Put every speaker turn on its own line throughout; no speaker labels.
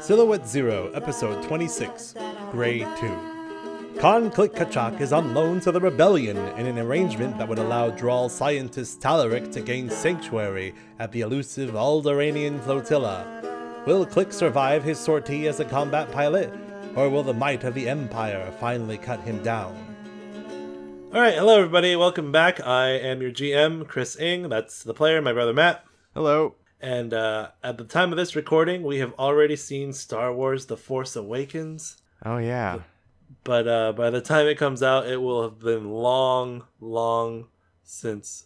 Silhouette Zero, Episode 26, Grade 2. Khan Klik Kachak is on loan to the rebellion in an arrangement that would allow Dral scientist Talarik to gain sanctuary at the elusive Alderanian flotilla. Will Click survive his sortie as a combat pilot, or will the might of the Empire finally cut him down? All right, hello everybody, welcome back. I am your GM, Chris Ing. That's the player, my brother Matt.
Hello.
And uh, at the time of this recording, we have already seen Star Wars The Force Awakens.
Oh yeah.
But uh, by the time it comes out, it will have been long, long since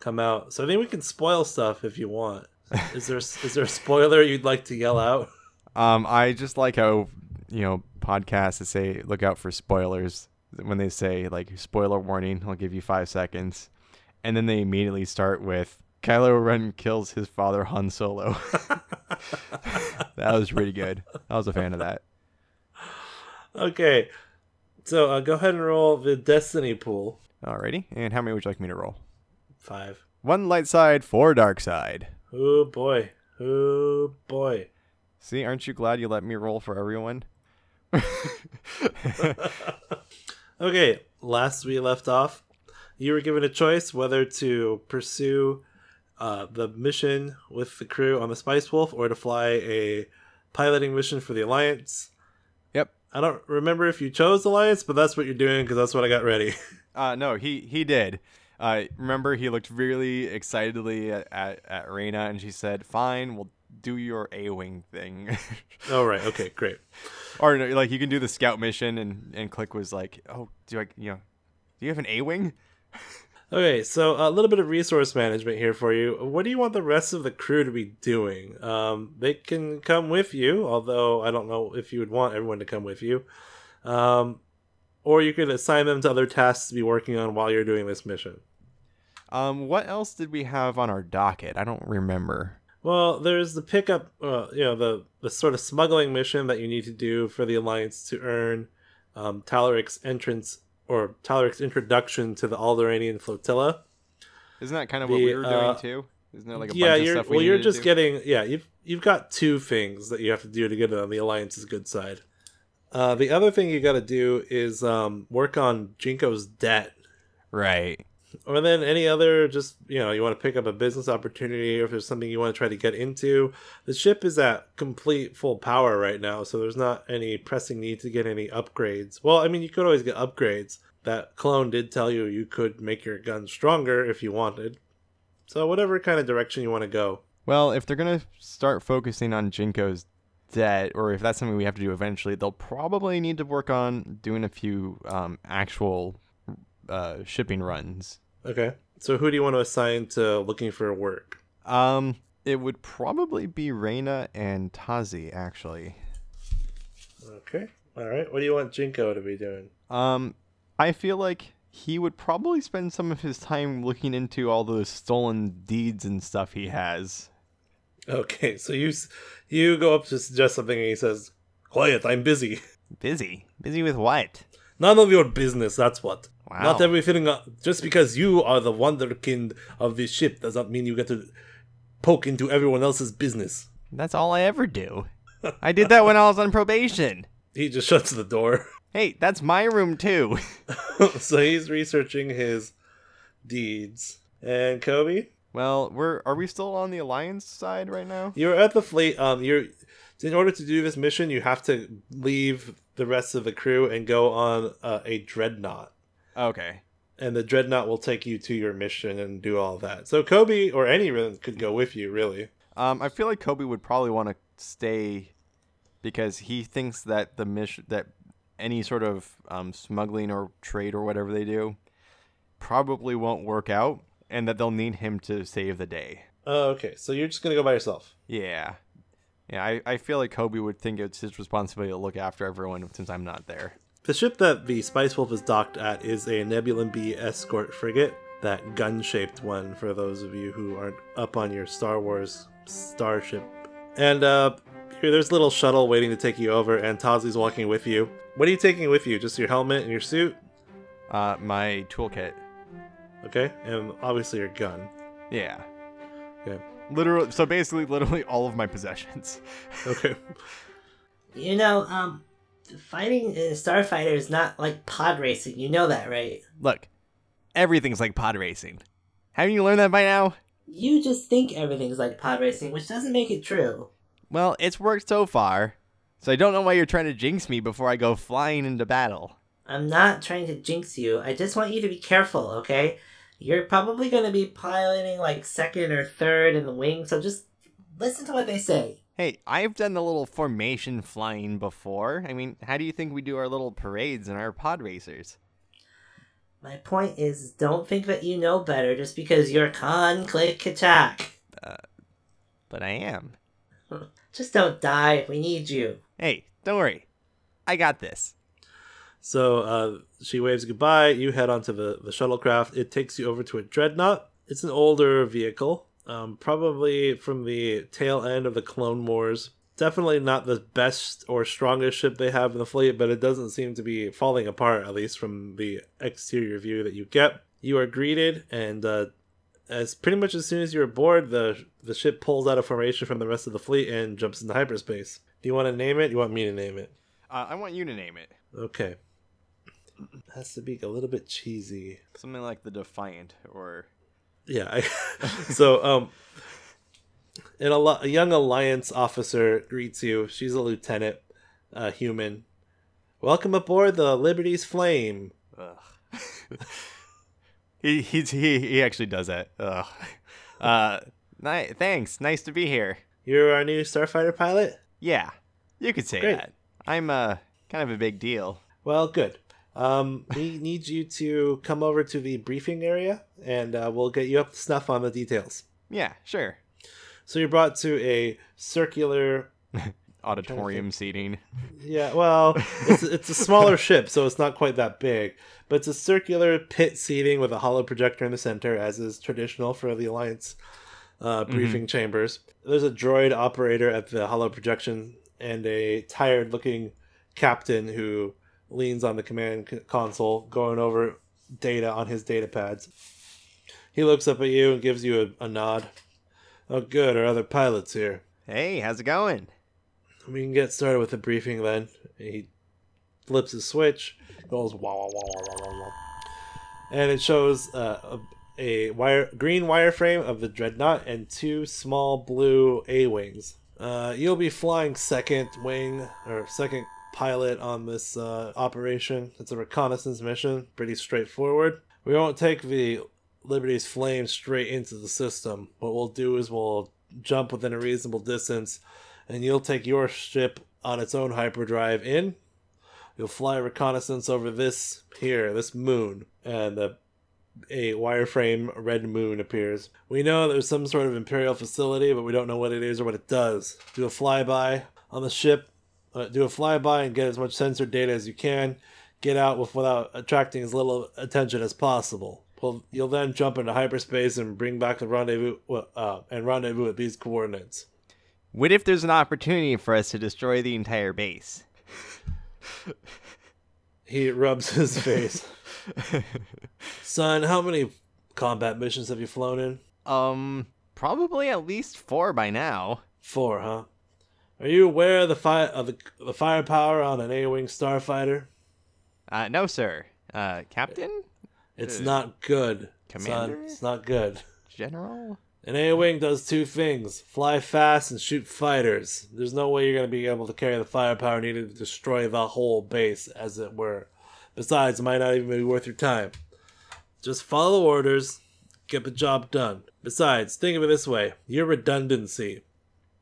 come out. So I think we can spoil stuff if you want. Is there is there a spoiler you'd like to yell out?
Um, I just like how you know podcasts that say look out for spoilers when they say like spoiler warning. I'll give you five seconds, and then they immediately start with Kylo Ren kills his father Han Solo. that was pretty good. I was a fan of that.
Okay, so uh, go ahead and roll the destiny pool
Alrighty. And how many would you like me to roll?
five.
One light side, four dark side.
Oh boy, oh boy.
See, aren't you glad you let me roll for everyone?
Okay, last we left off, you were given a choice whether to pursue uh, the mission with the crew on the Spice Wolf or to fly a piloting mission for the Alliance.
Yep.
I don't remember if you chose Alliance, but that's what you're doing because that's what I got ready.
Uh, no, he he did. Uh, remember, he looked really excitedly at, at, at Reina, and she said, "Fine, we'll do your A-wing thing,"
All right, okay, great.
or no, like you can do the scout mission. And and Click was like, "Oh, do I? You know, do you have an A-wing?"
Okay, so a little bit of resource management here for you. What do you want the rest of the crew to be doing? Um, they can come with you, although I don't know if you would want everyone to come with you. Um, or you could assign them to other tasks to be working on while you're doing this mission.
Um, what else did we have on our docket? I don't remember.
Well, there's the pickup, uh, you know, the, the sort of smuggling mission that you need to do for the Alliance to earn um, Talaric's entrance or Talaric's introduction to the Alderanian flotilla.
Isn't that kind of what
The,
we were doing
uh,
too? Isn't there like a
yeah,
bunch of
you're,
stuff we
well, you're
needed to
just
do?
getting yeah. You've you've got two things that you have to do to get it on the alliance's good side. Uh, the other thing you got to do is um, work on Jinko's debt,
right?
or then any other just you know you want to pick up a business opportunity, or if there's something you want to try to get into. The ship is at complete full power right now, so there's not any pressing need to get any upgrades. Well, I mean you could always get upgrades. That clone did tell you you could make your gun stronger if you wanted. So whatever kind of direction you want to go.
Well, if they're gonna start focusing on Jinko's debt, or if that's something we have to do eventually, they'll probably need to work on doing a few um, actual uh, shipping runs.
Okay. So who do you want to assign to looking for work?
Um, it would probably be Reina and Tazi, actually.
Okay. All right. What do you want Jinko to be doing?
Um, I feel like he would probably spend some of his time looking into all those stolen deeds and stuff he has.
Okay. So you s- you go up to suggest something and he says, "Quiet, I'm busy.
Busy, busy with what?
None of your business, that's what."
Wow.
Not everything. uh, Just because you are the wonderkind of this ship does not mean you get to poke into everyone else's business.
That's all I ever do. I did that when I was on probation.
He just shuts the door.
Hey, that's my room too.
so he's researching his deeds. And Kobe,
well, we're are we still on the alliance side right now?
You're at the fleet. Um, you're in order to do this mission, you have to leave the rest of the crew and go on uh, a dreadnought,
Okay.
and the dreadnought will take you to your mission and do all that. So Kobe or anyone could go with you, really.
Um, I feel like Kobe would probably want to stay because he thinks that the mission that any sort of um, smuggling or trade or whatever they do probably won't work out, and that they'll need him to save the day.
Uh, okay, so you're just gonna go by yourself.
Yeah. Yeah, I, I feel like Kobe would think it's his responsibility to look after everyone since I'm not there.
The ship that the Spice Wolf is docked at is a Nebulan B escort frigate, that gun-shaped one for those of you who aren't up on your Star Wars starship. And uh here there's a little shuttle waiting to take you over and Tazi's walking with you. What are you taking with you? Just your helmet and your suit?
Uh, my toolkit.
Okay. And obviously your gun.
Yeah.
Okay.
Literally, so basically, literally all of my possessions.
Okay.
You know, um, fighting in Starfighter is not like pod racing. You know that, right?
Look, everything's like pod racing. Haven't you learned that by now?
You just think everything's like pod racing, which doesn't make it true.
Well, it's worked so far, so I don't know why you're trying to jinx me before I go flying into battle.
I'm not trying to jinx you. I just want you to be careful, okay? You're probably going to be piloting like second or third in the wing, so just listen to what they say.
Hey, I've done the little formation flying before. I mean, how do you think we do our little parades and our pod racers?
My point is, don't think that you know better just because you're con click Kachak.
But I am.
Just don't die if we need you.
Hey, don't worry. I got this.
So uh, she waves goodbye. You head onto the, the shuttlecraft. It takes you over to a dreadnought. It's an older vehicle, um, probably from the tail end of the Clone Wars. Definitely not the best or strongest ship they have in the fleet, but it doesn't seem to be falling apart, at least from the exterior view that you get. You are greeted, and uh, as pretty much as soon as you're aboard, the the ship pulls out of formation from the rest of the fleet and jumps into hyperspace. Do you want to name it? You want me to name it?
Uh, I want you to name it.
Okay. Has to be a little bit cheesy.
Something like the Defiant, or
Yeah. I, so, um, an, al- a young Alliance officer greets you. She's a lieutenant, uh, human. Welcome aboard the Liberty's Flame.
ugh. he, he he he actually does that. Ugh. Uh, ni- thanks. Nice to be here.
You're our new starfighter pilot?
Yeah, you could say
Great.
that. I'm uh kind of a big deal.
Well, good. Um, we need you to come over to the briefing area and uh, we'll get you up to snuff on the details.
Yeah, sure.
So, you're brought to a circular
Auditorium seating.
Yeah, well, it's, it's a smaller ship, so it's not quite that big. But it's a circular pit seating with a hollow projector in the center, as is traditional for the Alliance uh, briefing chambers. There's a droid operator at the hollow projection and a tired looking captain who leans on the command c- console, going over data on his data pads. He looks up at you and gives you a, a nod. Oh, good, our other pilot's here.
Hey, how's it going?
We can get started with the briefing then. He flips his switch, goes wah wah wah wah wah wah, wah. and it shows uh, a, a wire green wireframe of the dreadnought and two small blue A wings. Uh, you'll be flying second wing or second pilot on this uh, operation. It's a reconnaissance mission, pretty straightforward. We won't take the Liberty's flame straight into the system. What we'll do is we'll jump within a reasonable distance and you'll take your ship on its own hyperdrive in. You'll fly reconnaissance over this here, this moon, and the, a wireframe red moon appears. We know there's some sort of imperial facility, but we don't know what it is or what it does. Do a flyby on the ship. Uh, do a flyby and get as much sensor data as you can. Get out with, without attracting as little attention as possible. Well, you'll then jump into hyperspace and bring back the rendezvous well, uh, and rendezvous at these coordinates.
What if there's an opportunity for us to destroy the entire base?
He rubs his face. Son, how many combat missions have you flown in?
um, probably at least four by now.
Four, huh? Are you aware of the fire of the, the firepower on an A-wing starfighter?
Uh, no, sir. Uh, Captain?
It's
Uh,
not good,
Commander?
son. It's not good.
General?
An A-wing does two things: fly fast and shoot fighters. There's no way you're going to be able to carry the firepower needed to destroy the whole base, as it were. Besides, it might not even be worth your time. Just follow orders, get the job done. Besides, think of it this way: your redundancy.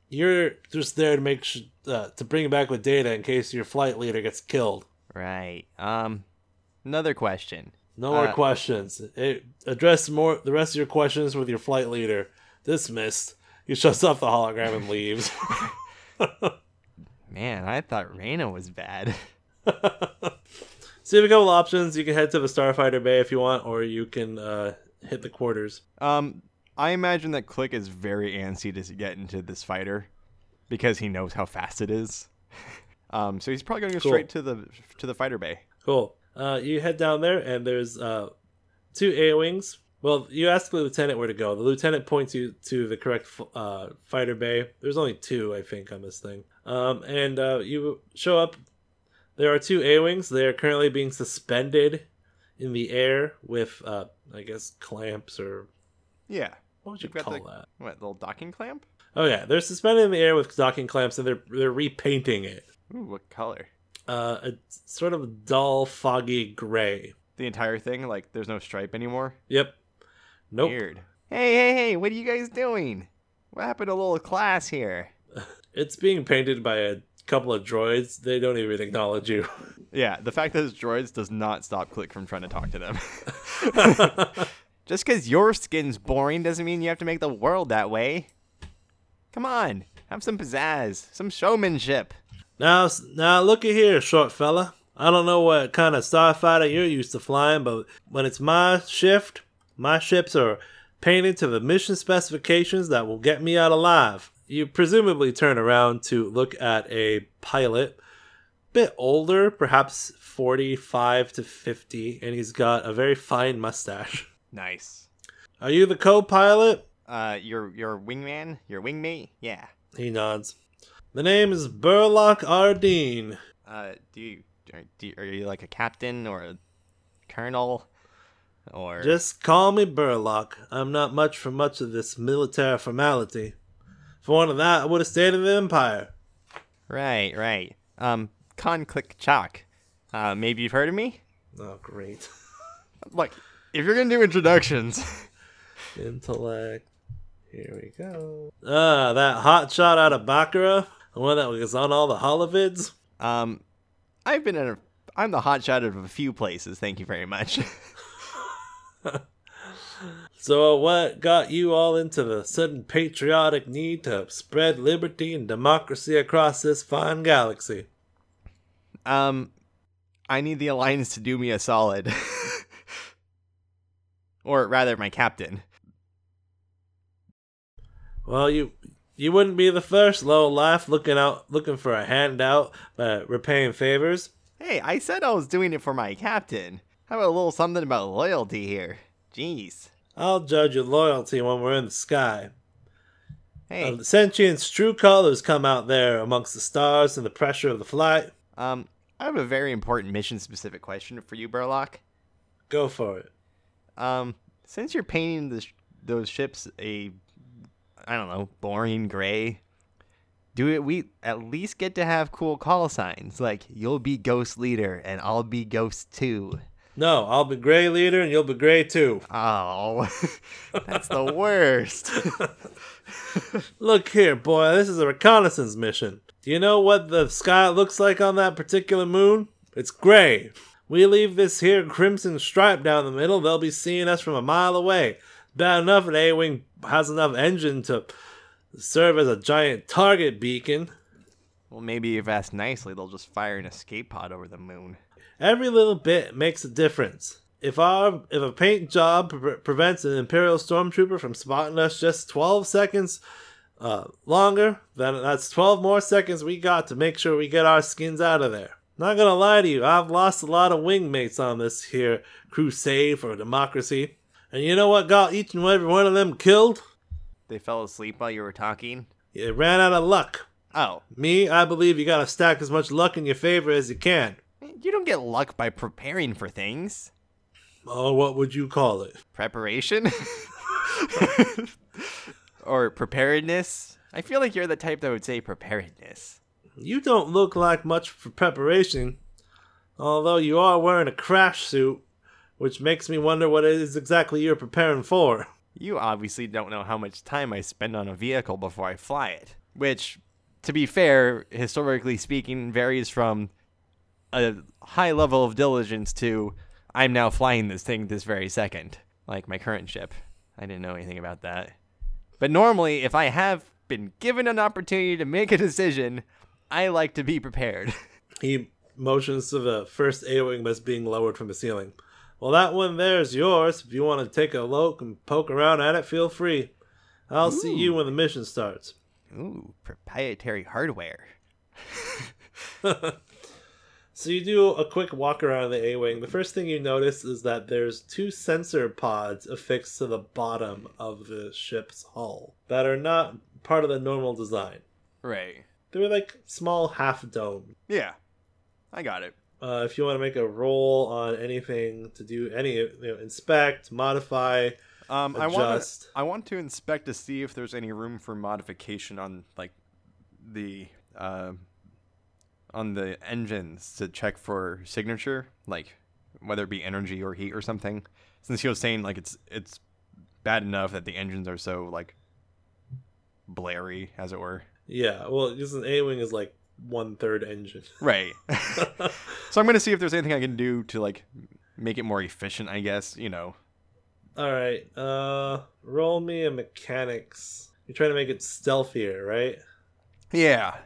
You're just there to make sh- uh, to bring back with data in case your flight leader gets killed.
Right. Um, another question.
No more
Uh,
questions. It, address more the rest of your questions with your flight leader. Dismissed. He shuts off the hologram and leaves.
Man, I thought Reyna was bad.
so you have a couple options. You can head to the Starfighter Bay if you want, or you can uh, hit the quarters.
Um, I imagine that Click is very antsy to get into this fighter because he knows how fast it is. Um, so he's probably going to go
Cool.
straight to the to the fighter bay.
Cool. Uh, you head down there, and there's uh, two A wings. Well, you asked the lieutenant where to go. The lieutenant points you to the correct uh, fighter bay. There's only two, I think, on this thing. Um, and uh, you show up. There are two A wings. They are currently being suspended in the air with, uh, I guess, clamps or
Yeah.
what would you
You've got
call
the-
that?
What little docking clamp?
Oh yeah, they're suspended in the air with docking clamps, and they're they're repainting it.
Ooh, what color?
Uh, it's sort of dull, foggy gray.
The entire thing, like there's no stripe anymore.
Yep. Nope.
Weird. Hey, hey, hey! What are you guys doing? What happened to little class here?
It's being painted by a couple of droids. They don't even acknowledge you.
Yeah, the fact that it's droids does not stop Click from trying to talk to them.
All
Just because your skin's boring doesn't mean you have to make the world that way. Come on, have some pizzazz, some showmanship.
Now, now look at here, short fella. I don't know what kind of starfighter you're used to flying, but when it's my shift, my ships are painted to the mission specifications that will get me out alive. You presumably turn around to look at a pilot, bit older, perhaps 45 to 50, and he's got a very fine mustache.
Nice.
Are you the co pilot?
Uh, your your wingman, your wingmate. Yeah.
He nods. The name is Burlock Ardeen.
Uh, do you are, do you, are you like a captain or a colonel or
Just call me Burlock. I'm not much for much of this military formality. For one of that, I would have stayed in the Empire.
right, right? Um, con click chalk. Uh, maybe you've heard of me.
Oh, great.
Like, if you're gonna do introductions,
Intellect. Here we go. Ah, that hot shot out of Baccarat. The one that was on all the holovids.
um, I've been in a I'm the hotshot of a few places. Thank you very much.
So, what got you all into the sudden patriotic need to spread liberty and democracy across this fine galaxy?
Um, I need the alliance to do me a solid, or rather, my captain.
Well, you you wouldn't be the first low life looking out looking for a handout, but repaying favors.
Hey, I said I was doing it for my captain. How about a little something about loyalty here? Jeez.
I'll judge your loyalty when we're in the sky.
Hey,
Uh, the sentient's true colors come out there amongst the stars and the pressure of the flight.
um, I have a very important mission-specific question for you, Burlock.
Go for it.
Um, since you're painting the sh- those ships a, I don't know, boring gray, do it. We at least get to have cool call signs like "You'll be Ghost Leader" and "I'll be Ghost Too."
No, I'll be gray leader and you'll be gray too.
Oh, that's the worst.
Look here, boy, this is a reconnaissance mission. Do you know what the sky looks like on that particular moon? It's gray. We leave this here crimson stripe down the middle, they'll be seeing us from a mile away. Bad enough an A Wing has enough engine to serve as a giant target beacon.
well, maybe if asked nicely, they'll just fire an escape pod over the moon.
Every little bit makes a difference. If our if a paint job pre- prevents an Imperial stormtrooper from spotting us just 12 seconds uh, longer, then that's 12 more seconds we got to make sure we get our skins out of there. Not gonna lie to you, I've lost a lot of wingmates on this here crusade for democracy. And you know what got each and every one of them killed?
They fell asleep while you were talking.
They ran out of luck.
Oh,
Me, I believe you gotta stack as much luck in your favor as you can.
you don't get luck by preparing for things.
Or what would you call it?
Preparation? or preparedness? I feel like you're the type that would say preparedness.
You don't look like much for preparation, although you are wearing a crash suit, which makes me wonder what it is exactly you're preparing for.
You obviously don't know how much time I spend on a vehicle before I fly it, which, to be fair, historically speaking, varies from a high level of diligence to I'm now flying this thing this very second, like my current ship. I didn't know anything about that. But normally, if I have been given an opportunity to make a decision, I like to be prepared.
He motions to the first A Wing that's being lowered from the ceiling. Well, that one there's yours. If you want to take a look and poke around at it, feel free. I'll see you when the mission starts.
Ooh, proprietary hardware.
So you do a quick walk around the A wing. The first thing you notice is that there's two sensor pods affixed to the bottom of the ship's hull that are not part of the normal design.
Right.
They were like small half dome.
Yeah. I got it.
Uh, if you want to make a roll on anything to do any you know, inspect, modify,
Um, I want
adjust.
I want to inspect to see if there's any room for modification on like the uh, on the engines to check for signature, like whether it be energy or heat or something. Since he was saying like it's it's bad enough that the engines are so like blary, as it were.
Yeah, well, just an A wing is like one third engine.
Right. so I'm gonna see if there's anything I can do to like make it more efficient. I guess you know.
All right, uh, roll me a mechanics. You're trying to make it stealthier, right?
Yeah.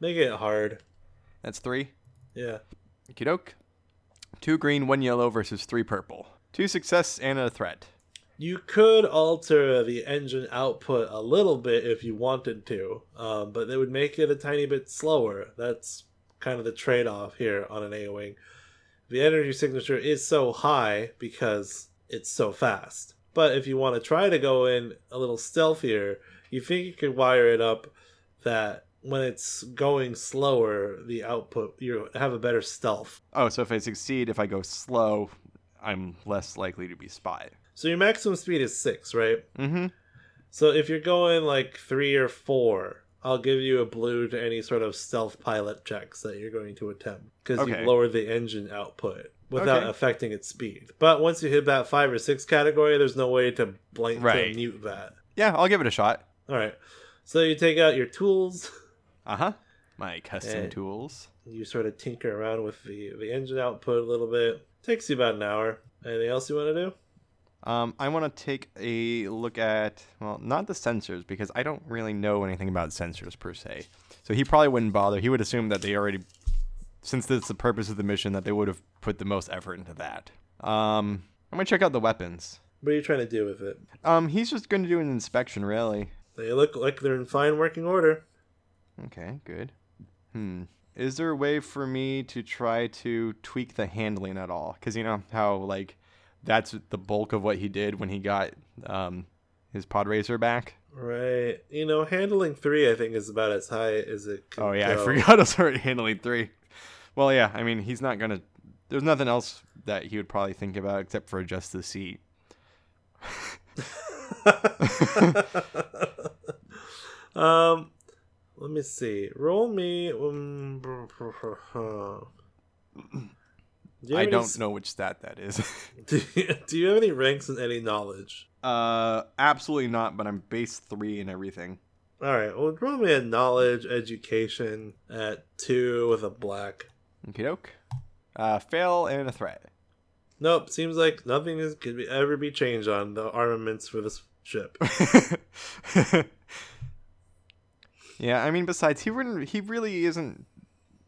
Make it hard.
That's three.
Yeah.
Kidoke. Two green, one yellow versus three purple. Two success and a threat.
You could alter the engine output a little bit if you wanted to, um, but it would make it a tiny bit slower. That's kind of the trade off here on an A Wing. The energy signature is so high because it's so fast. But if you want to try to go in a little stealthier, you think you could wire it up that when it's going slower, the output, you have a better stealth.
Oh, so if I succeed, if I go slow, I'm less likely to be spotted.
So your maximum speed is six, right?
Mm-hmm.
So if you're going like three or four, I'll give you a blue to any sort of stealth pilot checks that you're going to attempt because
Okay.
you've lowered the engine output without
Okay.
affecting its speed. But once you hit that five or six category, there's no way to blank
Right.
to mute that.
Yeah, I'll give it a shot.
All right. So you take out your tools,
Uh huh. My custom
Eh.
tools.
you sort of tinker around with the, the engine output a little bit. Takes you about an hour. Anything else you want to do?
Um, I want to take a look at well, not the sensors because I don't really know anything about sensors per se. So he probably wouldn't bother. He would assume that they already, since that's the purpose of the mission, that they would have put the most effort into that. Um, I'm gonna check out the weapons.
What are you trying to do with it?
Um, he's just going to do an inspection, really.
They look like they're in fine working order.
Okay, good. Hmm. Is there a way for me to try to tweak the handling at all? Because you know how like that's the bulk of what he did when he got um his pod racer back.
Right. You know, handling three, I think, is about as high as it can
Oh yeah,
go.
I forgot I was already handling three. Well, yeah, I mean he's not gonna. There's nothing else that he would probably think about except for adjust the seat.
um, let me see. Roll me. Um, do you
I
have any
don't
s-
know which stat that is.
Do you, do you have any ranks in any knowledge?
uh, absolutely not. But I'm base three and everything.
All right. Well, roll me a knowledge education at two with a black.
Okie doke. Uh, fail and a threat.
Nope. Seems like nothing is could be, ever be changed on the armaments for this ship.
yeah, I mean, besides, he wouldn't. He really isn't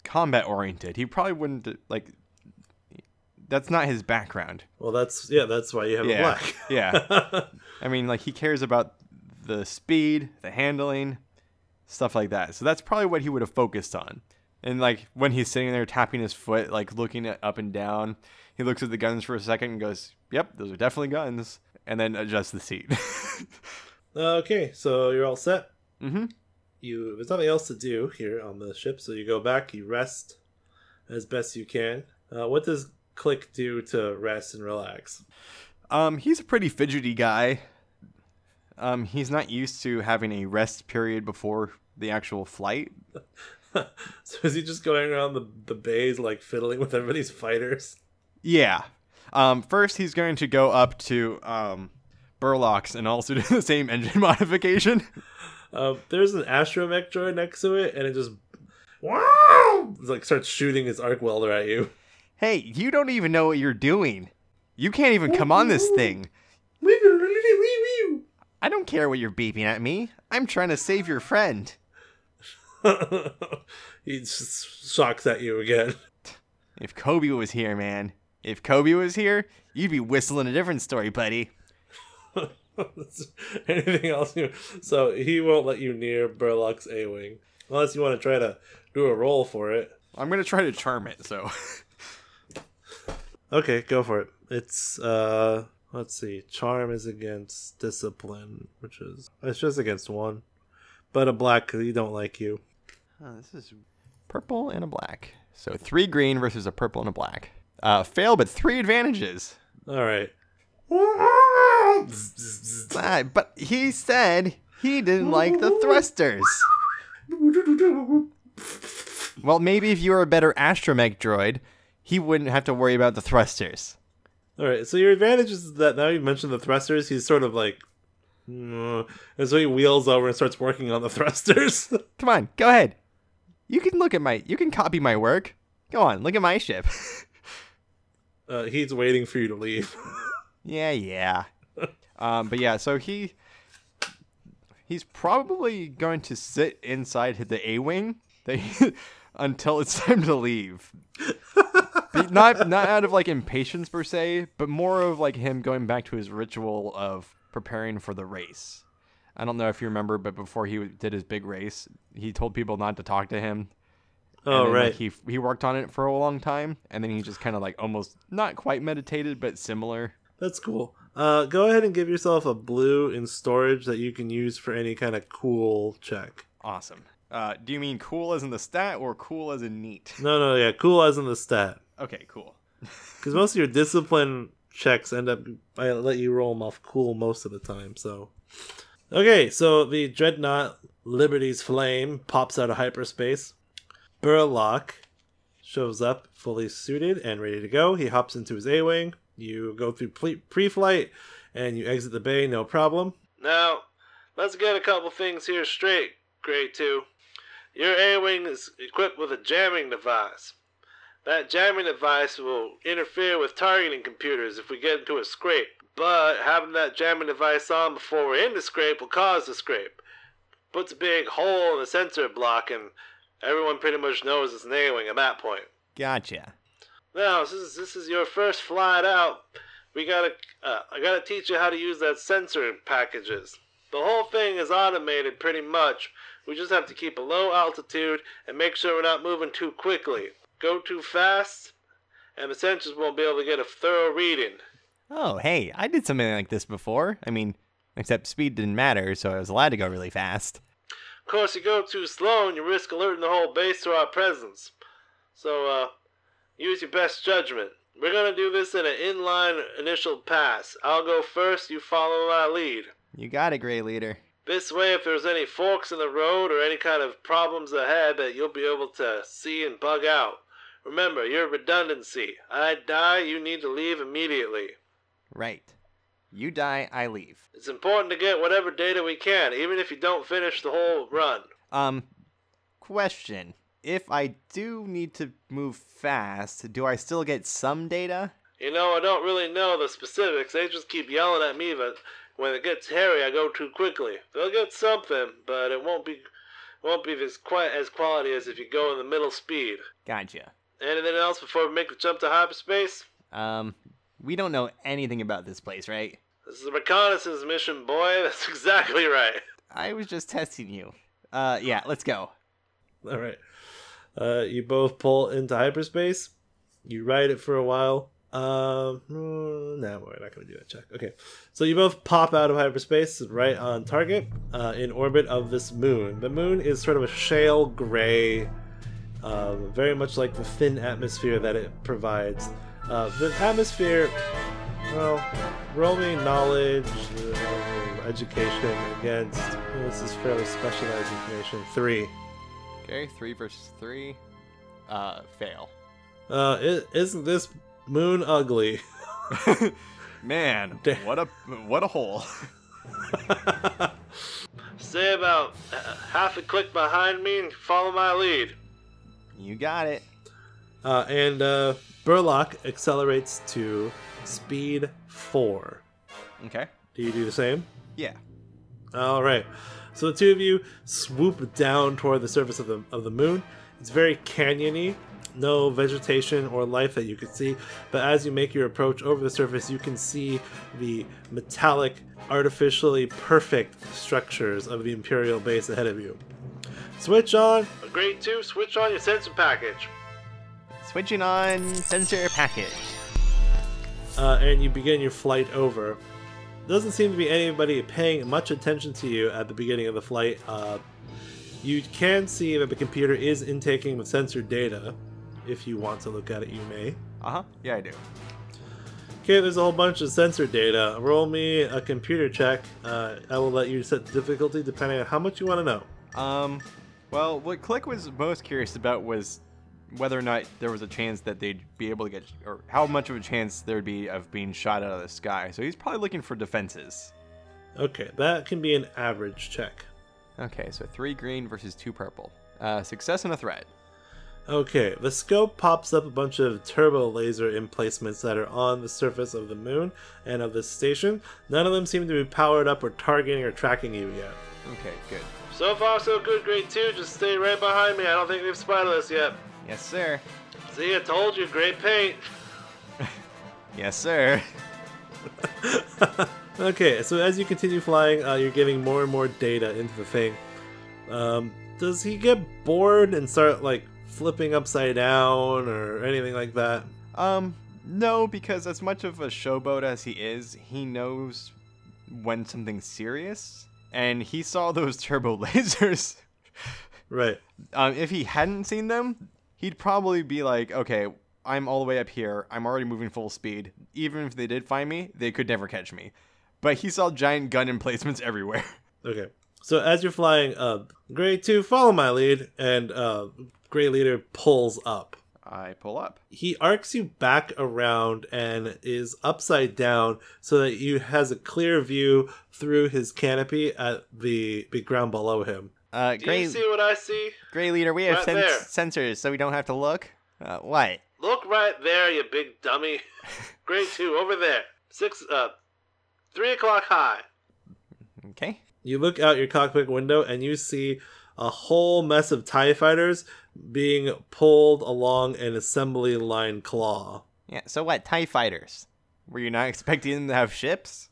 combat oriented. He probably wouldn't like. That's not his background.
Well, that's yeah. That's why you have
Yeah. Yeah,
a black.
I mean, like he cares about the speed, the handling, stuff like that. So that's probably what he would have focused on. And like when he's sitting there tapping his foot, like looking at up and down, he looks at the guns for a second and goes, "Yep, those are definitely guns," and then adjusts the seat.
okay. So you're all set.
mm-hmm.
you there's nothing else to do here on the ship, so you go back, you rest as best you can. Uh, what does click do to rest and relax?
Um, he's a pretty fidgety guy. Um, he's not used to having a rest period before the actual flight.
So is he just going around the the bays like fiddling with everybody's fighters?
Yeah. Um, first he's going to go up to um, Burlocks and also do the same engine modification.
Uh, there's an astromech droid next to it, and it just wow, It's like starts shooting his arc welder at you.
hey, you don't even know what you're doing. You can't even come on this thing. I don't care what you're beeping at me. I'm trying to save your friend.
he just shocks at you again.
If Kobe was here, man. If Kobe was here, you'd be whistling a different story, buddy.
anything else you so he won't let you near Burlock's A Wing. Unless you want to try to do a roll for it.
I'm gonna try to charm it. So
Okay, go for it. It's uh let's see. Charm is against discipline, which is it's just against one. But a black cuz he don't like you.
Oh, this is purple and a black. So three green versus a purple and a black. Uh, fail, but three advantages.
All right.
Ah, but he said he didn't like the thrusters. Well, maybe if you were a better astromech droid, he wouldn't have to worry about the thrusters.
All right. So your advantage is that now you mentioned the thrusters, he's sort of like "Mm," and so he wheels over and starts working on the thrusters.
Come on, go ahead. You can look at my. You can copy my work. Go on, look at my ship.
Uh, he's waiting for you to leave.
Yeah, yeah. um, but yeah, so he he's probably going to sit inside the A wing until it's time to leave. But not not out of like impatience per se, but more of like him going back to his ritual of preparing for the race. I don't know if you remember, but before he did his big race, he told people not to talk to him and
Oh
then,
right.
like, he he worked on it for a long time, and then he just kind of like almost not quite meditated, but similar.
That's cool. Uh, go ahead and give yourself a blue in storage that you can use for any kind of cool check.
Awesome. Uh, do you mean cool as in the stat or cool as in neat?
No, no, yeah, cool as in the stat.
Okay, cool.
Because most of your discipline checks end up, I let you roll them off cool most of the time, so. Okay, so the Dreadnought Liberty's flame pops out of hyperspace. Burlock shows up fully suited and ready to go. He hops into his A Wing. You go through ple- pre flight and you exit the bay, no problem. Now, let's get a couple things here straight, Grade 2. Your A Wing is equipped with a jamming device. That jamming device will interfere with targeting computers if we get into a scrape. But having that jamming device on before we're in the scrape will cause the scrape. Puts a big hole in the sensor block, and everyone pretty much knows it's nailing at that point.
Gotcha.
Now, since this is your first flight out, we gotta, uh, I gotta teach you how to use that sensor packages. The whole thing is automated pretty much. We just have to keep a low altitude and make sure we're not moving too quickly. Go too fast, and the sensors won't be able to get a thorough reading.
Oh, hey, I did something like this before. I mean, except speed didn't matter, so I was allowed to go really fast.
Of course, you go too slow and you risk alerting the whole base to our presence. So, uh, use your best judgment. We're gonna do this in an inline initial pass. I'll go first, you follow my lead.
You got it, Gray Leader.
This way, if there's any forks in the road or any kind of problems ahead, that you'll be able to see and bug out. Remember, your redundancy. I die, you need to leave immediately.
Right. You die, I leave.
It's important to get whatever data we can, even if you don't finish the whole run.
Um, question. If I do need to move fast, do I still get some data?
You know, I don't really know the specifics. They just keep yelling at me, but when it gets hairy, I go too quickly. They'll get something, but it won't be, it won't be as quite as quality as if you go in the middle speed.
Gotcha.
Anything else before we make the jump to hyperspace?
Um, we don't know anything about this place, right?
This is a reconnaissance mission, boy. That's exactly right.
I was just testing you. Uh, yeah, let's go.
All right. Uh, you both pull into hyperspace. You ride it for a while. Um, mm, no, we're not going to do that check. Okay. So you both pop out of hyperspace right on target uh, in orbit of this moon. The moon is sort of a shale gray, uh, very much like the thin atmosphere that it provides. Uh, the atmosphere, well, roll me knowledge, uh, education against, this is fairly specialized information, three.
Okay, three versus three. Uh, fail.
Uh, i- isn't this moon ugly?
Man,
Da-
what a what a hole.
Stay about uh, half a click behind me and follow my lead.
You got it.
Uh, and uh, Burlock accelerates to speed four.
Okay.
Do you do the same?
Yeah.
All right. So the two of you swoop down toward the surface of the of the moon. It's very canyony, no vegetation or life that you can see. But as you make your approach over the surface, you can see the metallic, artificially perfect structures of the Imperial base ahead of you. Switch on. Grade two. Switch on your sensor package.
Switching on sensor package.
uh, and you begin your flight over. Doesn't seem to be anybody paying much attention to you at the beginning of the flight. Uh, you can see that the computer is intaking with sensor data. If you want to look at it, you may.
Uh huh. Yeah, I do.
Okay, there's a whole bunch of sensor data. Roll me a computer check. Uh, I will let you set the difficulty depending on how much you want to know.
Um, well, what Click was most curious about was whether or not there was a chance that they'd be able to get, or how much of a chance there'd be of being shot out of the sky. So he's probably looking for defenses.
Okay, that can be an average check.
Okay, so three green versus two purple. Uh, success and a threat.
Okay, the scope pops up a bunch of turbo laser emplacements that are on the surface of the moon and of this station. None of them seem to be powered up or targeting or tracking you yet.
Okay, good.
So far, so good, grade two. Just stay right behind me. I don't think we've spotted us yet.
Yes, sir.
See, I told you, great paint.
Yes, sir.
okay, so as you continue flying, uh, you're getting more and more data into the thing. Um, does he get bored and start like flipping upside down or anything like that?
Um, no, because as much of a showboat as he is, he knows when something's serious, and he saw those turbo lasers.
Right.
um, if he hadn't seen them, he'd probably be like, okay, I'm all the way up here. I'm already moving full speed. Even if they did find me, they could never catch me. But he saw giant gun emplacements everywhere.
Okay. So as you're flying up, Gray 2, follow my lead, and uh, Gray Leader pulls up.
I pull up.
He arcs you back around and is upside down so that you has a clear view through his canopy at the, the ground below him.
Uh, gray,
what I see?
gray leader, we have
Right there.
sen- sensors, so we don't have to look. Uh, what?
Look right there, you big dummy. Grade 2, over there. Six, uh, three o'clock high.
Okay.
You look out your cockpit window and you see a whole mess of TIE fighters being pulled along an assembly line claw.
Yeah. So what? Tie fighters.
E Were you not expecting them to have ships?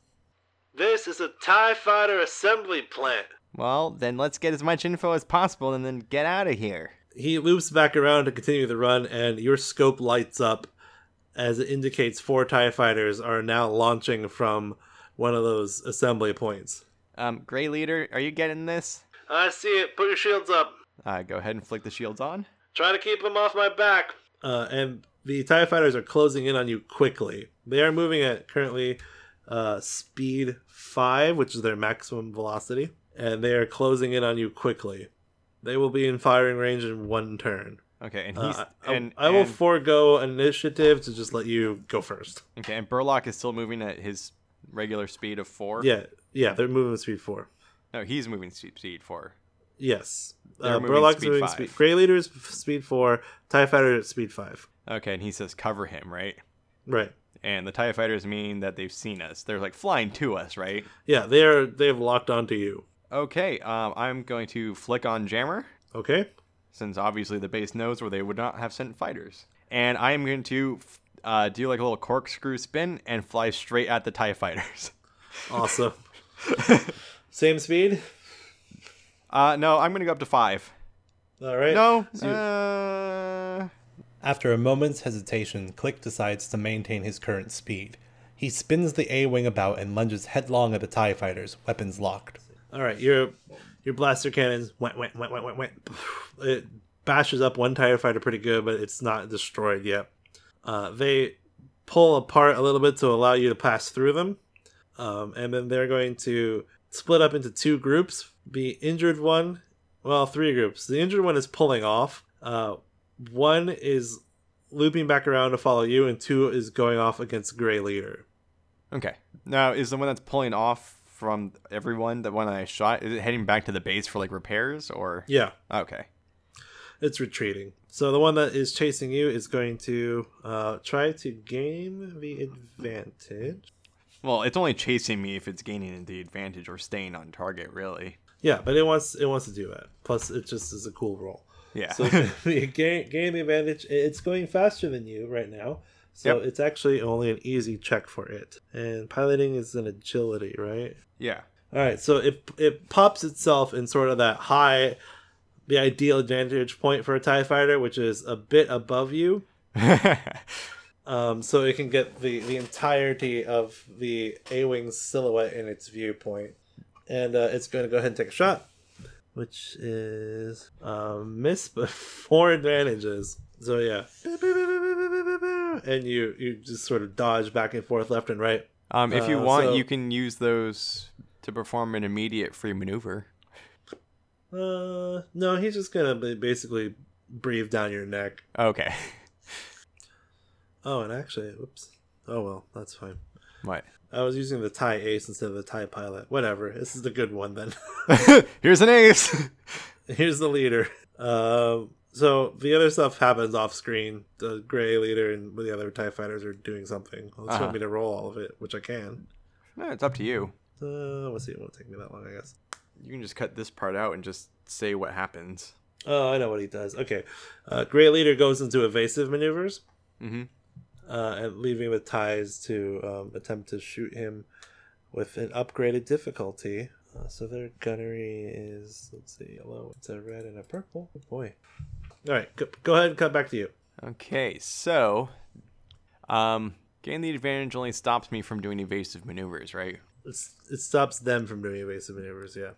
This is a TIE fighter assembly plant.
Well, then let's get as much info as possible and then get out of here.
He loops back around to continue the run, and your scope lights up as it indicates four TIE fighters are now launching from one of those assembly points.
Um, gray leader, are you getting this?
I see it. Put your shields up.
Uh, go ahead and flick the shields on.
Try to keep them off my back. Uh, and the TIE fighters are closing in on you quickly. They are moving at currently uh, speed 5, which is their maximum velocity, and they are closing in on you quickly. They will be in firing range in one turn.
Okay, and
Uh,
he's
I,
and,
I will
and-
forego initiative to just let you go first.
okay, and Burlock is still moving at his regular speed of four.
Yeah, yeah, they're moving with speed 4.
no, he's moving speed speed four.
Yes.
They're
Uh,
moving
Burlock's
speed
moving
five.
speed. Gray Leader is f- speed 4, TIE Fighter is speed 5.
Okay, and he says cover him, right?
Right.
And the Tie Fighters mean that they've seen us. They're like flying to us, right?
Yeah, they are they have locked onto you.
Okay, um, I'm going to flick on Jammer,
Okay?
since obviously the base knows where they would not have sent fighters. And I am going to f- uh, do like a little corkscrew spin and fly straight at the Tie Fighters.
Awesome. Same speed.
Uh, no, I'm going to go up to five.
All right.
No,
So you-
uh,
After a moment's hesitation, Click decides to maintain his current speed. He spins the A wing about and lunges headlong at the Tie fighters, weapons locked. All right, your your blaster cannons went went went went went went. It bashes up one Tie fighter pretty good, but it's not destroyed yet. Uh, they pull apart a little bit to allow you to pass through them, um, and then they're going to split up into two groups. The injured one, well, three groups. The injured one is pulling off. Uh, one is looping back around to follow you, and two is going off against Gray Leader.
okay. Now is the one that's pulling off from everyone the one I shot? Is it heading back to the base for like repairs or?
Yeah,
Okay.
it's retreating. So the one that is chasing you is going to uh, try to gain the advantage.
Well, it's only chasing me if it's gaining the advantage or staying on target, really.
Yeah, but it wants it wants to do that. Plus, it just is a cool roll.
Yeah.
So the gain, gain the advantage. It's going faster than you right now, so
Yep.
it's actually only an easy check for it. And piloting is an agility, right?
yeah.
All right, so it it pops itself in sort of that high, the ideal advantage point for a Tie Fighter, which is a bit above you. um, so you can get the, the entirety of the A Wing's silhouette in its viewpoint. And uh, it's going to go ahead and take a shot, which is um, miss but four advantages. So yeah, and you you just sort of dodge back and forth, left and right.
um, if you
Uh,
want,
so-
you can use those to perform an immediate free maneuver.
Uh, no, he's just gonna ba- basically breathe down your neck.
Okay.
Oh, and actually, whoops. Oh well, that's fine.
What?
I was using the Thai Ace instead of the Thai Pilot. Whatever. This is the good one then.
Here's an ace.
Here's the leader. Um, so the other stuff happens off screen. The Gray leader and the other Tie Fighters are doing something. Let's
Uh-huh.
want me to roll all of it, which I can.
no, it's up to you.
Uh, let's see. It won't take me that long, I guess.
You can just cut this part out and just say what happens.
Oh, I know what he does. Okay, uh, Gray leader goes into evasive maneuvers.
Mm-hmm.
uh, and leaving the ties to um, attempt to shoot him with an upgraded difficulty. Uh, so their gunnery is let's see, yellow, it's a red and a purple. Oh boy! All right, go, go ahead and cut back to you.
Okay, so um gain the advantage only stops me from doing evasive maneuvers, right?
It's, it stops them from doing evasive maneuvers. Yeah.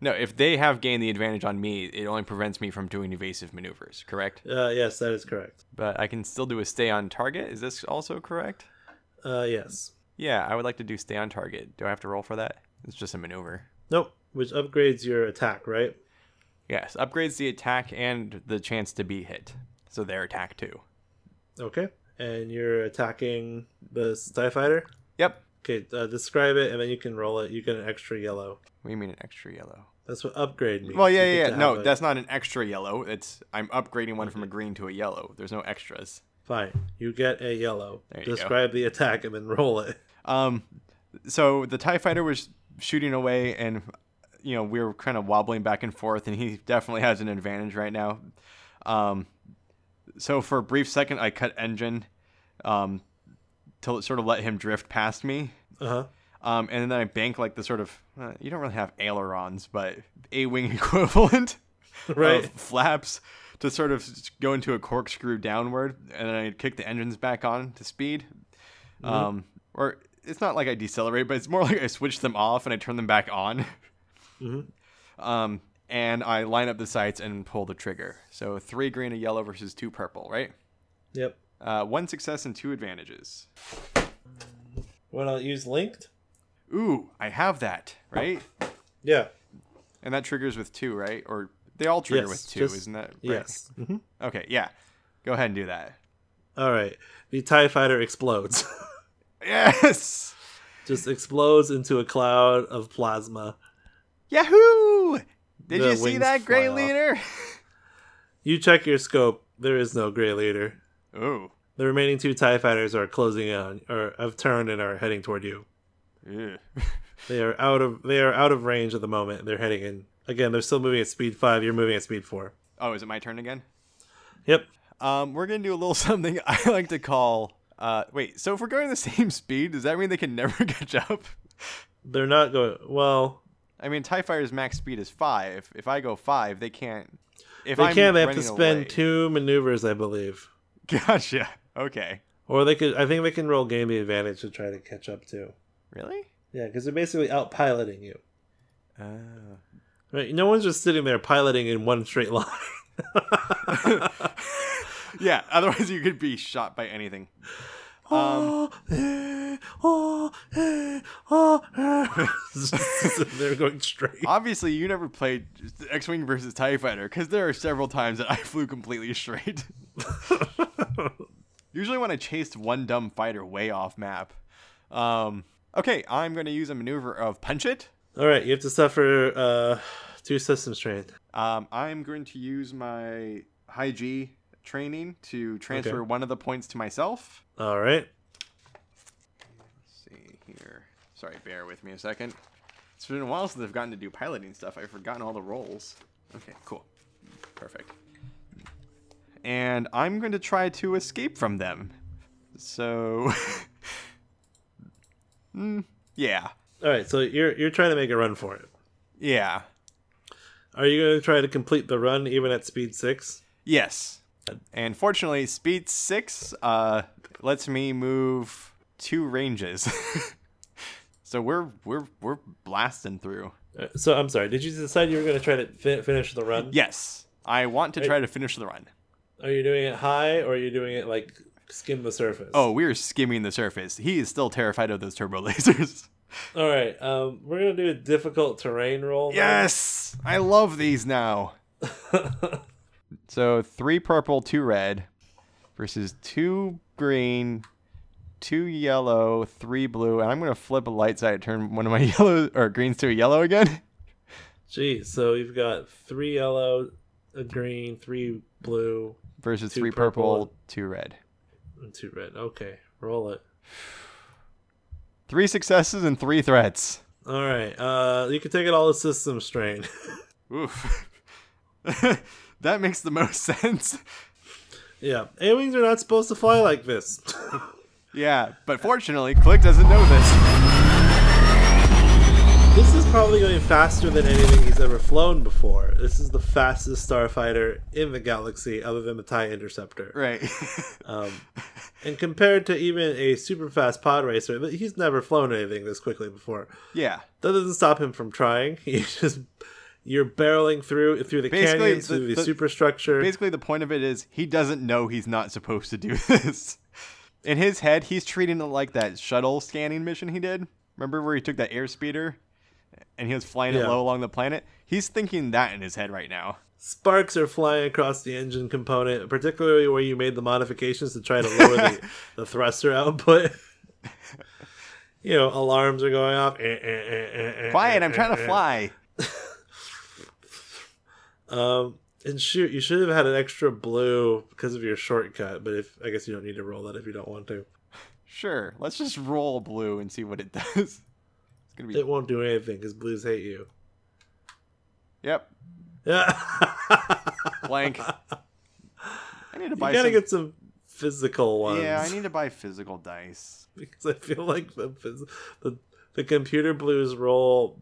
No, if they have gained the advantage on me, it only prevents me from doing evasive maneuvers, correct?
Uh, yes, that is correct.
But I can still do a stay on target. Is this also correct?
Uh, yes.
Yeah, I would like to do stay on target. Do I have to roll for that? It's just a maneuver.
Nope. Which upgrades your attack, right?
Yes, upgrades the attack and the chance to be hit. So their attack too.
Okay. And you're attacking the Tie Fighter.
Yep.
Okay. Uh, describe it, and then you can roll it. You get an extra yellow.
We mean an extra yellow.
That's what upgrade means.
Well,
You
yeah,
get
yeah,
to
yeah.
have
No,
a-
that's not an extra yellow. It's I'm upgrading one from a green to a yellow. There's no extras.
Fine. You get a yellow.
There you go.
Describe the attack and then roll it.
Um, so the Tie Fighter was shooting away, and you know we were kind of wobbling back and forth, and he definitely has an advantage right now. Um, so for a brief second, I cut engine, um, till it sort of let him drift past me.
Uh huh.
Um, and then I bank like the sort of uh, you don't really have ailerons, but a wing equivalent
Right.
of flaps to sort of go into a corkscrew downward, and then I kick the engines back on to speed.
Mm-hmm.
Um, or it's not like I decelerate, but it's more like I switch them off and I turn them back on.
Mhm.
Um, and I line up the sights and pull the trigger. So three green and yellow versus two purple, right?
Yep.
Uh, one success and two advantages.
Want to use linked?
Ooh, I have that, right?
Yeah.
And that triggers with two, right? Or they all trigger
Yes,
with two,
just-
isn't that? Right?
Yes. Mhm.
Okay, yeah. Go ahead and do that.
All right. The Tie Fighter explodes.
Yes!
Just explodes into a cloud of plasma.
Yahoo! Did
The
you see
wings
that, Gray
fly off.
Leader?
You check your scope. There is no Gray Leader.
Ooh.
The remaining two Tie Fighters are closing in on, or have turned and are heading toward you.
Ew.
They are out of they are out of range at the moment. They're heading in. Again, they're still moving at speed five. You're moving at speed four.
Oh, is it my turn again?
Yep.
Um, we're gonna do a little something I like to call. Uh, wait. So if we're going the same speed, does that mean they can never catch up?
They're not going well.
I mean, Tie Fighter's max speed is five. If I go five, they can't. If
They
I'm
can. They have to
running
spend
away-
two maneuvers, I believe.
Gotcha. Okay.
Or they could. I think they can roll game the advantage to try to catch up too.
Really?
Yeah, because they're basically out piloting you.
Oh.
Right? No one's just sitting there piloting in one straight line.
yeah. Otherwise, you could be shot by anything. Um,
Oh, eh, oh, eh, oh, eh. Just sitting there going straight.
Obviously, you never played X-wing versus Tie Fighter because there are several times that I flew completely straight. Usually, when I chased one dumb fighter way off map. Um, okay, I'm going to use a maneuver of punch it.
All right, you have to suffer uh, two system strain.
Um, I'm going to use my high G training to transfer
Okay.
one of the points to myself.
All right.
Let's see here. Sorry, bear with me a second. It's been a while since I've gotten to do piloting stuff. I've forgotten all the roles. Okay, cool. Perfect. And I'm going to try to escape from them. So. Mm, yeah.
All right. So you're you're trying to make a run for it.
Yeah.
Are you going to try to complete the run even at speed six?
Yes. And fortunately, speed six uh, lets me move two ranges. so we're we're we're blasting through.
Uh, So I'm sorry. Did you decide you were going to try to fi- finish the run?
Yes, I want to try to finish the run.
Are you doing it high or are you doing it like skim the surface?
Oh, we're skimming the surface. He is still terrified of those turbo lasers.
all right. Um, we're gonna do a difficult terrain roll. then.
yes, I love these now. So three purple, two red, versus two green, two yellow, three blue, and I'm gonna flip a light side, turn one of my yellow or greens to a yellow again.
Geez. So you've got three yellow, a green, three blue,
Versus
Two
three purple,
purple.
two red.
and two red. Okay. Roll it.
Three successes and three threats.
All right. Uh, you can take it all as system strain.
Oof. that makes the most sense.
yeah. A wings are not supposed to fly like this.
Yeah, but fortunately, Click doesn't know this.
this is probably going faster than anything he's ever flown before. This is the fastest starfighter in the galaxy, other than the Tie Interceptor.
Right.
Um, and compared to even a super fast pod racer, but he's never flown anything this quickly before.
yeah.
That doesn't stop him from trying. You just you're barreling through through the
Basically,
canyons,
the-
through the,
the-
superstructure.
Basically, the point of it is he doesn't know he's not supposed to do this. In his head, he's treating it like that shuttle scanning mission he did. Remember where he took that air speeder and he was flying it
Yeah.
low along the planet? He's thinking that in his head right now.
Sparks are flying across the engine component, particularly where you made the modifications to try to lower the, the thruster output. you know, alarms are going off. Eh, eh, eh, eh, eh,
Quiet,
eh,
I'm trying
eh,
to
eh.
fly.
Um, and shoot, you should have had an extra blue because of your shortcut, but if I guess you don't need to roll that if you don't want to.
Sure, let's just roll blue and see what it does. It's gonna be.
It won't do anything because blues hate you.
Yep,
Yeah,
blank. I need to
you
buy
gotta
some.
get some physical ones.
yeah, I need to buy physical dice.
because I feel like the phys- the, the computer blues roll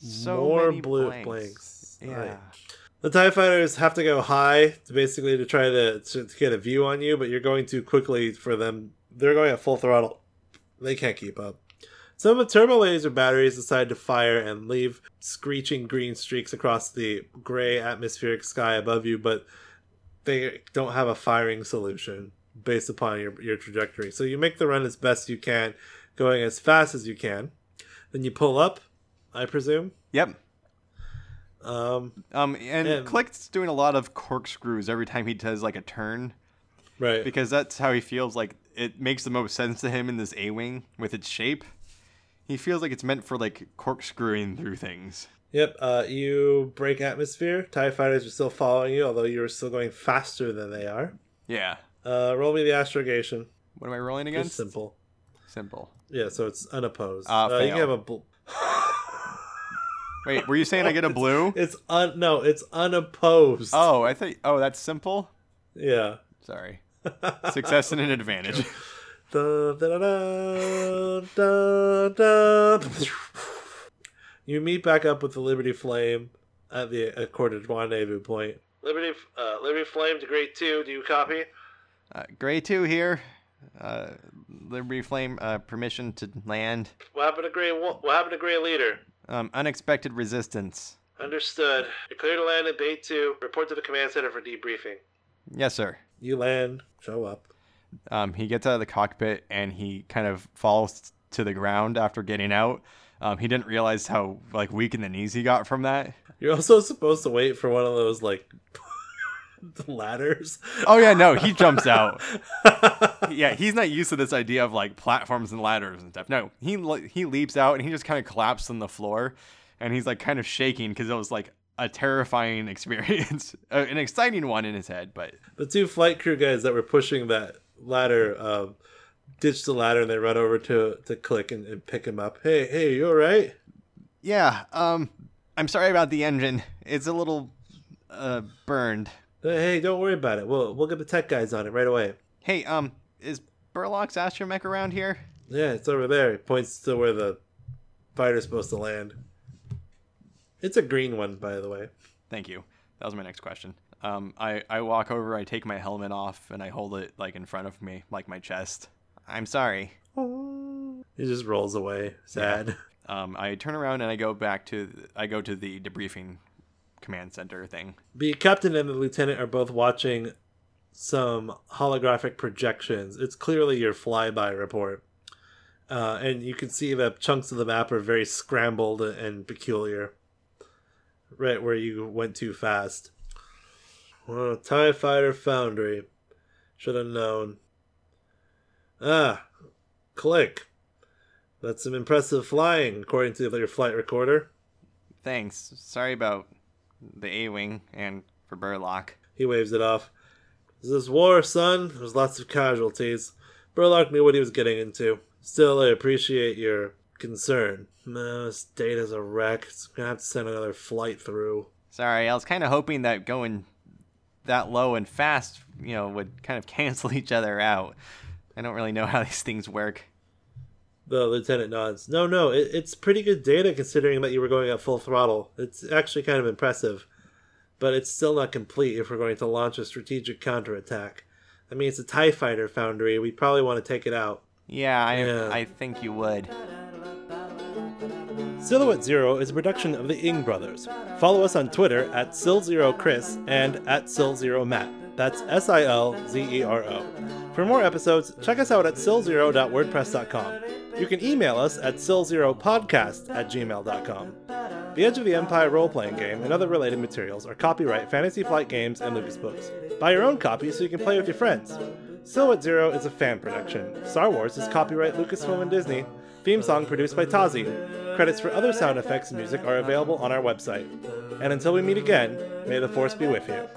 So
more
many
blue
blanks.
blanks.
Yeah.
Right. The Tie Fighters have to go high to basically to try to, to, to get a view on you, but you're going too quickly for them. They're going at full throttle. They can't keep up. Some of the turbo laser batteries decide to fire and leave screeching green streaks across the gray atmospheric sky above you, but they don't have a firing solution based upon your, your trajectory. So you make the run as best you can, going as fast as you can. Then you pull up, I presume.
Yep.
Um,
Um, and
And-
Click's doing a lot of corkscrews every time he does like a turn
right.
because that's how he feels like it makes the most sense to him in this A wing with its shape. He feels like it's meant for like corkscrewing through things.
Yep, uh, you break atmosphere. TIE fighters are still following you, although you're still going faster than they are.
Yeah.
Uh, roll me the astrogation.
What am I rolling
It's
against?
simple.
Simple.
Yeah, so it's unopposed.
Uh,
you
fail.
can have a. Bl-
Wait, were you saying I get a blue?
it's un. No, it's unopposed.
Oh, I think. Oh, that's simple.
Yeah.
Sorry. Success and an advantage.
Da, da, da, da, da, da. you meet back up with the Liberty Flame at the accorded rendezvous point. Liberty, uh, Liberty Flame to Grade Two. Do you copy?
Uh, gray two here. Uh, Liberty Flame uh, permission to land.
What happened to Grade One? What happened to Grade Leader?
Um, unexpected resistance.
Understood. You're clear to land at Bay 2. Report to the command center for debriefing.
Yes, sir.
You land, show up.
Um, he gets out of the cockpit and he kind of falls to the ground after getting out. Um, he didn't realize how like weak in the knees he got from that.
You're also supposed to wait for one of those, like, ladders.
Oh yeah, no, he jumps out. yeah, he's not used to this idea of like platforms and ladders and stuff. No, he le- he leaps out and he just kind of collapses on the floor, and he's like kind of shaking because it was like a terrifying experience, uh, an exciting one in his head, but
The two flight crew guys that were pushing that ladder um, ditch the ladder and they run over to, to Click and, and pick him up. Hey, hey, you alright?
Yeah, um, I'm sorry about the engine. It's a little uh, burned.
Uh, Hey, don't worry about it. We'll, we'll get the tech guys on it right away.
Hey, um, is Burlock's astromech around here?
Yeah, it's over there. It points to where the fighter's supposed to land. It's a green one, by the way.
Thank you. That was my next question. Um, I, I walk over, I take my helmet off, and I hold it like in front of me, like my chest. I'm sorry.
It just rolls away, sad.
Um, I turn around and I go back to I go to the debriefing command center thing.
The captain and the lieutenant are both watching some holographic projections. It's clearly your flyby report. Uh, and you can see that chunks of the map are very scrambled and peculiar. Right where you went too fast. Well, TIE Fighter Foundry. Should have known. Ah, click. That's some impressive flying, according to your flight recorder.
Thanks. Sorry about the A wing and for Burlock.
He waves it off. This is war, son. There's lots of casualties. Burlock knew what he was getting into. Still, I appreciate your concern. No, this data's a wreck. It's gonna have to send another flight through.
Sorry, I was kind of hoping that going that low and fast, you know, would kind of cancel each other out. I don't really know how these things work.
The lieutenant nods. No, no, it, it's pretty good data considering that you were going at full throttle. It's actually kind of impressive. But it's still not complete if we're going to launch a strategic counterattack. I mean, it's a TIE fighter foundry. We probably want to take it out.
Yeah, I
Yeah.
I think you would.
Silhouette Zero is a production of the Ing Brothers. Follow us on Twitter at SilZeroChris and at SilZeroMatt. That's S I L Z E R O. For more episodes, check us out at silzero.wordpress.com. You can email us at silzeropodcast at gmail.com. The Edge of the Empire role playing game and other related materials are copyright Fantasy Flight Games and Lucas Books. Buy your own copy so you can play with your friends. Silhouette Zero is a fan production. Star Wars is copyright Lucasfilm and Disney. Theme song produced by Tazi. Credits for other sound effects and music are available on our website. And until we meet again, may the Force be with you.